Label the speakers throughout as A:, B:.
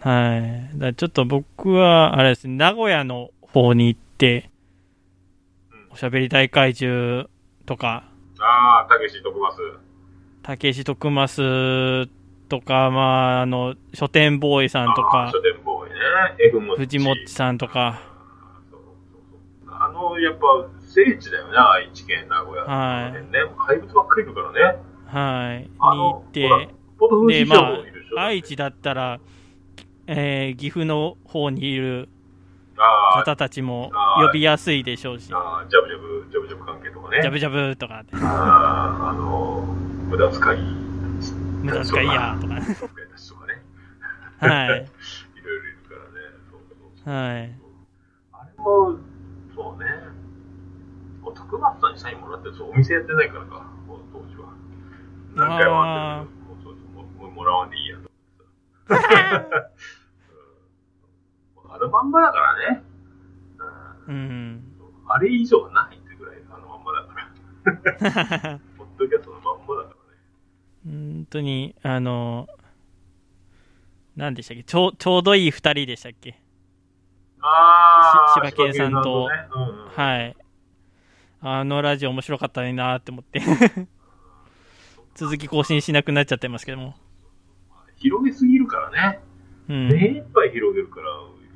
A: はい。だからちょっと僕は、あれですね、名古屋の方に行って、
B: うん
A: おしゃべり大怪獣とか、
B: ああ、たけし徳松。
A: たけし徳増とか、まあ、あの、書店ボーイさんと
B: あー
A: か
B: 書、店ボーイね。F も
A: 藤もっちさんとか、
B: そうそうそうあの、やっぱ、聖地だよね、愛知県、名古屋。
A: はい
B: この辺ね。怪物ばっかりいるからね。
A: はい、に
B: あ
A: 行
B: の
A: っ、
B: ほら
A: て、
B: ポトフ
A: で、
B: 市
A: ま
B: 場
A: あ
B: もいるでしょ。、
A: 愛知だったら、えー岐阜の方にいる
B: あー
A: 方たちも
B: はい
A: 呼びやすいでしょうし、ジ
B: あー、ジャブジャブ、ジャブジャブ関係とかね。
A: ャブジャブとか、
B: あーあの、無駄遣い、
A: 無駄遣いやとか、
B: 無駄遣いたちとかね。
A: はい、
B: いろいろいるからね。そうそうそ
A: は
B: う
A: い、
B: あれも、そうね。お徳松さんにサインもらってるそうお店やってないからか、この当時は。何回もあってるけど、もうそうそうもうもうもらわんでいいやと思ってさ。うんあのまんまだからね。うん
A: うん、
B: あれ以上はないってぐらいあのまんまだから。ポッドキャストのまんまだからね。
A: 本当に、あの、何でしたっけちょう、ちょうどいい二人でしたっけ
B: あー、
A: し柴犬さんと
B: 柴犬さんとねうんうん
A: はい。あのラジオ面白かったなって思って。 続き更新しなくなっちゃってますけども。
B: 広げすぎるからね。
A: うん。
B: 目いっぱい広げるから、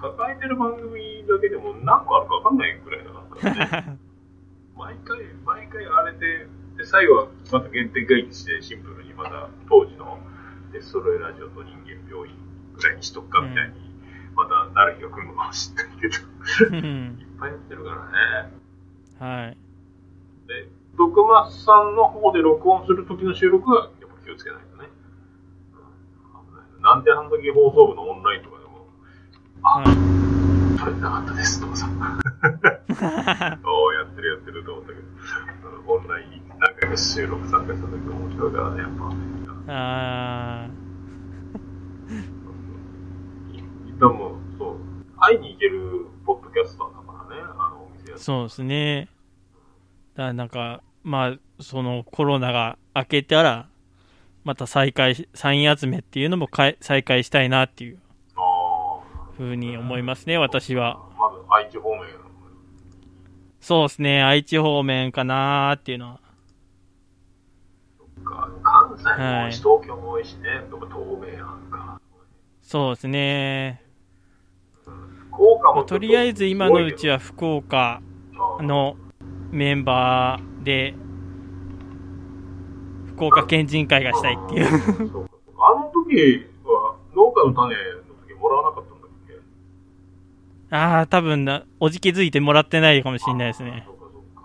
B: 抱えてる番組だけでも何個あるか分かんないぐらいだから ね。毎回、毎回あれで、で、最後はまた原点回帰して、シンプルにまた当時のデストロイラジオと人間病院ぐらいにしとくかみたいに、またなる日が来るのかもしれないけど、
A: うん
B: いっぱいやってるからね。
A: はい。
B: で、毒マスさんの方で録音する時の収録は、やっぱ気をつけないとね。うん危ないなんであの時放送部のオンラインとかでも、 あ、
A: は
B: 取れてなかったですとかさ。おおやってるやってると思ったけど、うんオンライン何回か収録参加した時も面白いからね、やっぱ。
A: い。あ
B: でも、そう、会いに行けるポッドキャスターだからね、あのお店や
A: ー
B: って
A: そうですね。だからなんか、まあ、そのコロナが明けたら、また再開し、サイン集めっていうのもかい再開したいなっていう
B: あ
A: ふうに思いますね、私は。
B: あ、まず愛知方面。
A: そうですね、愛知方面かなーっていうのは。
B: か関西も多
A: はいい
B: し、東京も多いしね、とか東名阪か。
A: そうですね。
B: 福岡も
A: とりあえず今のうち
B: は、
A: は福岡
B: あの、
A: のメンバーで、福岡県人会がしたいっていう。
B: そうかそうかあの時は、農家の種の時もらわなかったんだっけ
A: ああ、多分な、おじ気づいてもらってないかもしれないですね。
B: そうかそうか。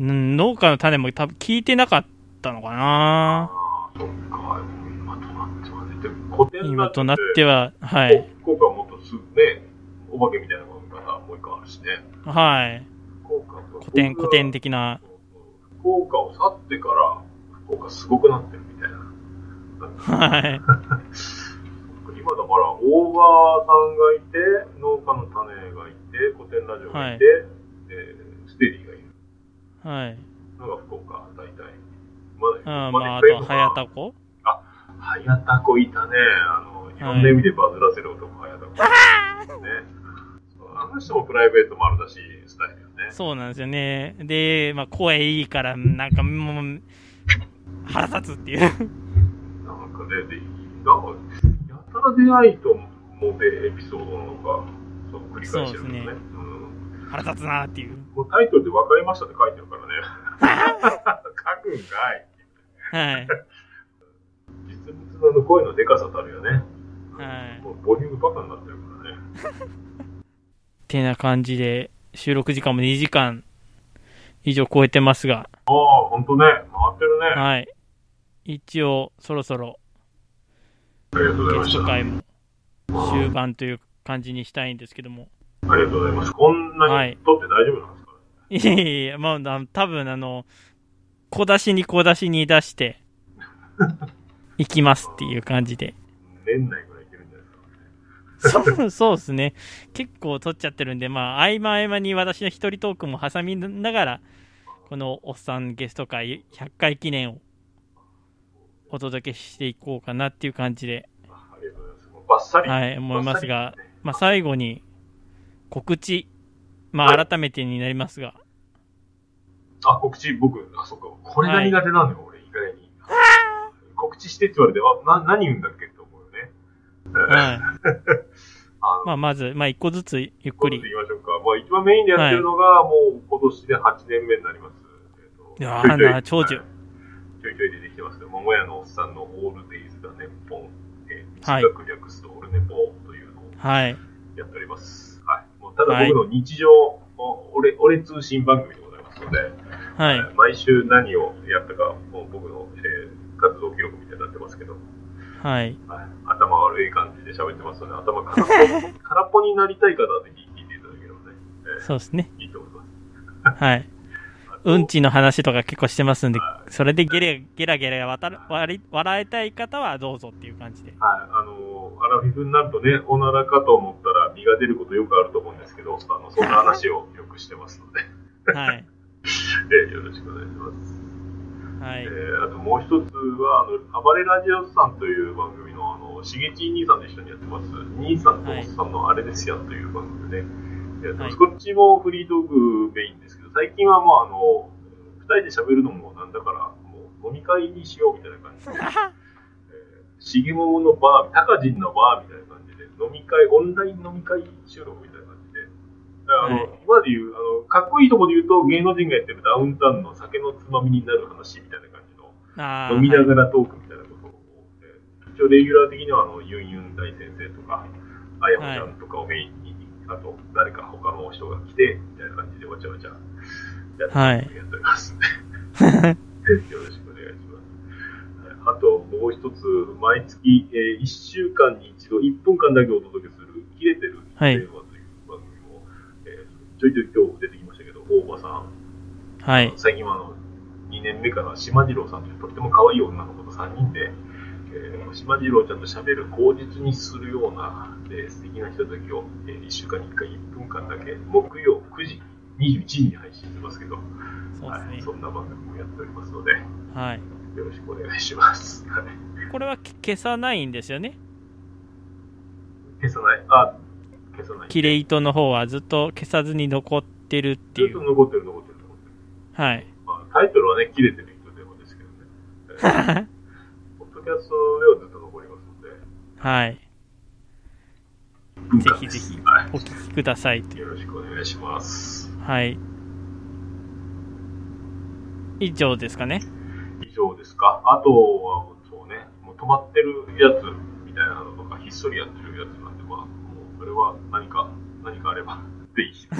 A: うん、農家の種も多分聞いてなかったのかな
B: ああ、そっか。今となってはね。でも古典
A: 今となっては、はい。
B: 福岡はもっとすぐね、お化けみたいなものがもう一個あるしね。
A: はい。
B: 福岡は
A: 古典、古典。
B: 僕
A: 的な。
B: が福岡を去ってから、福岡すごくなってるみたいな。なんか
A: はい。
B: 今だから、大場さんがいて、農家の種がいて、古典ラジオがいて、えーステディがいる
A: はい。
B: のが福岡、大体。まだいる、
A: あー
B: だ
A: まあ、
B: いっ
A: あ
B: ぱいいる
A: と、
B: のかな
A: 早田子
B: はやたこいたね。あの、いろんな意味でバズらせる男、はやたこ。ね。そうあの人もプライベートもあるだし、スタイルよね。
A: そうなんですよね。で、まあ、声いいから、なんかもう、腹立つっていう。
B: なんかね、で、なんか、やたら出ないとモテエピソードなのか、そう繰り返してるんだよ
A: そうで
B: ね。うん
A: 腹立つなっていう。
B: もうタイトルで分かりましたって書いてるから ね。書くんかい。
A: はい。
B: 実物の声のでかさたるよね。
A: はい。っ
B: もうボリュームバカになってるからね。
A: てな感じで、収録時間も2時間以上超えてますが、
B: ああ、ほんとね。回ってるね。
A: はい。一応、そろそろ
B: ありがとうございま
A: ゲ
B: し
A: スト
B: た。
A: 会も終盤という感じにしたいんですけども。
B: ありがとうございます。こんなに撮って大丈夫なんですか、
A: いやいやいや、まあな、多分あの、小出しに小出しに出して、行きますっていう感じで。
B: 年内ぐらいいけるんじゃないですか。
A: そう、 そうですね。結構撮っちゃってるんで、まあ、合間合間に私の一人トークも挟みながら、このおっさんゲスト会100回記念をお届けしていこうかなっていう感じで。
B: ありがとうございます。もうバッサリ。
A: はい、思います
B: バッ
A: が
B: サリ、
A: まあ、最後に告知、ま
B: は
A: あ、
B: い
A: 改めてになりますが、
B: あ、告知、僕、あ、そっか、これが苦手なのよ、俺、意外に。告知してって言われて、あ、な、何言うんだっけって思うよね。
A: はい
B: あの、
A: まあ、まず、まあ、一個ずつゆっくり
B: 行。きましょうか。まあ、一番メインでやってるのが、もう今年で8年目になります。えっと
A: いやー
B: ちょいち
A: な長寿
B: ょいはいちょいちょい出てきてますけど、桃屋のおっさんのオールデイズだね、ポン。えー、
A: はい
B: 短く略すとオルネポというのを
A: はい。
B: やっております。はい。もうただ僕の日常、お俺、俺通信番組でございますので、
A: はい。
B: 毎週何をやったか、もう僕の、えー活動記録みたいになってますけど、
A: はい。
B: はい、頭悪い感じで喋ってますので、頭空っ ぽ空っぽになりたい方はぜひ聞いていただければね、
A: そうですね。
B: いいと思います。
A: はい。
B: あと
A: うんちの話とか結構してますんで、それでゲラゲラゲラ笑笑笑いたい方はどうぞっていう感じで。
B: はい、あのーアラフィフになるとね、おならかと思ったら身が出ることよくあると思うんですけど、あのそんな話をよくしてますので、
A: はい。
B: えーよろしくお願いします。
A: はい
B: え。ーあともう一つは、あの、暴れラジオスさんという番組の、あの、しげち兄さんと一緒にやってます、兄さんとおっさんのあれですよという番組で、ねえーと
A: はい
B: こっちもフリートークメインですけど、最近はもうあの、二人で喋るのもなんだから、もう飲み会にしようみたいな感じで、えーしげもものバー、たかじんのバーみたいな感じで、飲み会、オンライン飲み会収録みたいな感じで、だからあの、
A: はい
B: 今まで言う、あの、かっこいいところで言うと、芸能人がやってるダウンタウンの酒のつまみになる話みたいな感じの、
A: あー
B: 飲みながらトークみたいなことを、えー一応レギュラー的にはあのユンユン大先生とか、あやむちゃんとかをメインに、あと誰か他の人が来て、みたいな感じでわちゃわちゃ
A: はい
B: やってやっておりますんで、 よろしくお願いします。はいあともう一つ、毎月、え1週間に一度1分間だけお届けする、切れてる
A: はい
B: 電話という番組も、えーちょいちょい今日出てきましたけど、大場さん、
A: はい。
B: 最近はあの2年目から島次郎さんというとっても可愛い女の子と3人で、えー島次郎ちゃんと喋る口実にするような、えー素敵なひとときを、え1週間に1回1分間だけ木曜9時21時に配信してますけど、
A: そう
B: はい
A: ですね
B: そ。んな番組もやっておりますのでよ
A: はい。
B: ろしくお願いします。 はい
A: これはけ消さないんですよね。
B: 消さない、あ消さない。
A: キレイトの方はずっと消さずに残ってるって
B: ず
A: い
B: っと
A: う。
B: 残ってる残ってる残ってる。
A: はい。
B: まあ、タイトルはね、切れてる人でもですけどね、えーポッドキャストではずっと残りますので、
A: はい。
B: 1分間
A: ぜひ
B: で
A: ぜ
B: す
A: ひ
B: はい
A: お聞きくださいという。
B: よろしくお願いします。
A: はい。以上ですかね。
B: 以上ですか。あとは、そうね、もう止まってるやつみたいなのとか、ひっそりやってるやつなんで、まあ、もう、それは何か、何かあれば っていいし。 で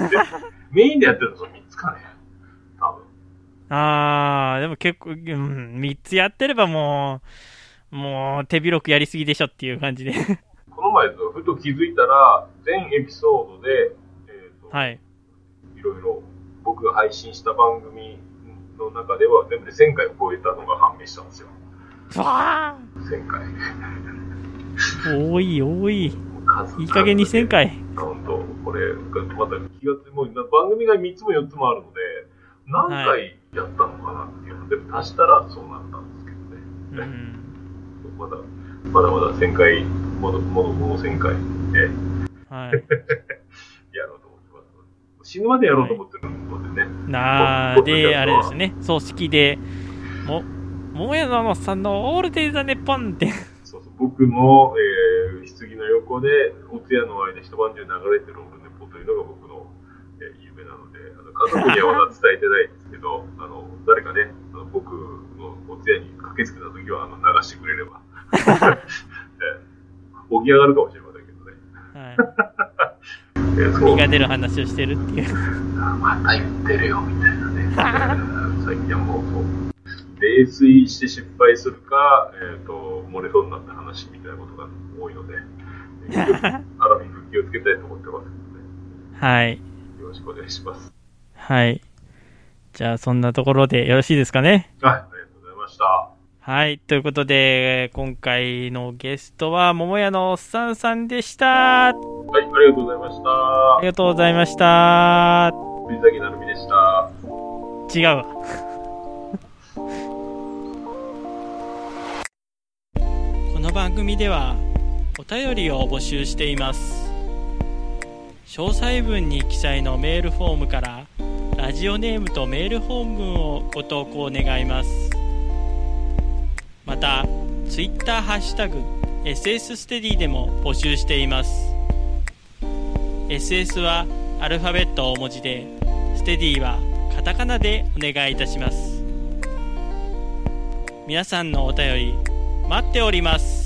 B: メインでやってるのその3つかね。多分。
A: あー、でも結構、うん、3つやってればもう、もう手広くやりすぎでしょっていう感じで。
B: この前、ふと気づいたら、全エピソードで、えーと、
A: はいい。
B: ろいろ僕が配信した番組の中では、全部で1000回を超えたのが判明したんですよ。
A: わ
B: 1000回。
A: ー多い、多い。
B: 数々
A: いい加減にせんかい。
B: 本当、これ、また気がついもう番組が3つも4つもあるので、何
A: は
B: 回やったのかなっていうので、足したらそうなったんですけどね。
A: うん。
B: まだ、まだまだ1000回、まだまだもう1000回、え
A: はい。
B: やろうと思ってます。死ぬまでやろうと思ってるのでね。
A: なーで、あれですね。葬式で、も、桃屋のさんのオールデイザネポンって。
B: そうそう僕の、えー、棺の横で、お通夜の間一晩中流れてるオルネポというのが僕の、えー夢なので、あの家族にはまだ伝えてないんですけど、あの誰かね、あの僕のお通夜に駆けつけた時はあの流してくれれば、えー起き上がるかもしれませんけどね。
A: はい。
B: えーそう
A: 身が出る話をしてるっていう。
B: また言ってるよみたいなね、えー最近はもうそう、泥酔して失敗するか、えーと、漏れそうになった話みたいなことが多いので、えーアラフィフ気をつけたいと思ってますの
A: はい。
B: で、よろしくお願いします。
A: はい。じゃあ、そんなところでよろしいですかね。
B: はい、ありがとうございました。
A: はい。ということで、今回のゲストは、桃屋のおっさんさんでした。あ
B: はい、ありがとうございました
A: り。がとうございました。
B: 水崎成美でした。
A: 違うわ。この番組では、お便りを募集しています詳細文に記載のメールフォームからラジオネームとメール本文をご投稿願いますまた Twitter ハッシュタグ SS ステディでも募集しています SS はアルファベット大文字でステディはカタカナでお願いいたします皆さんのお便り待っております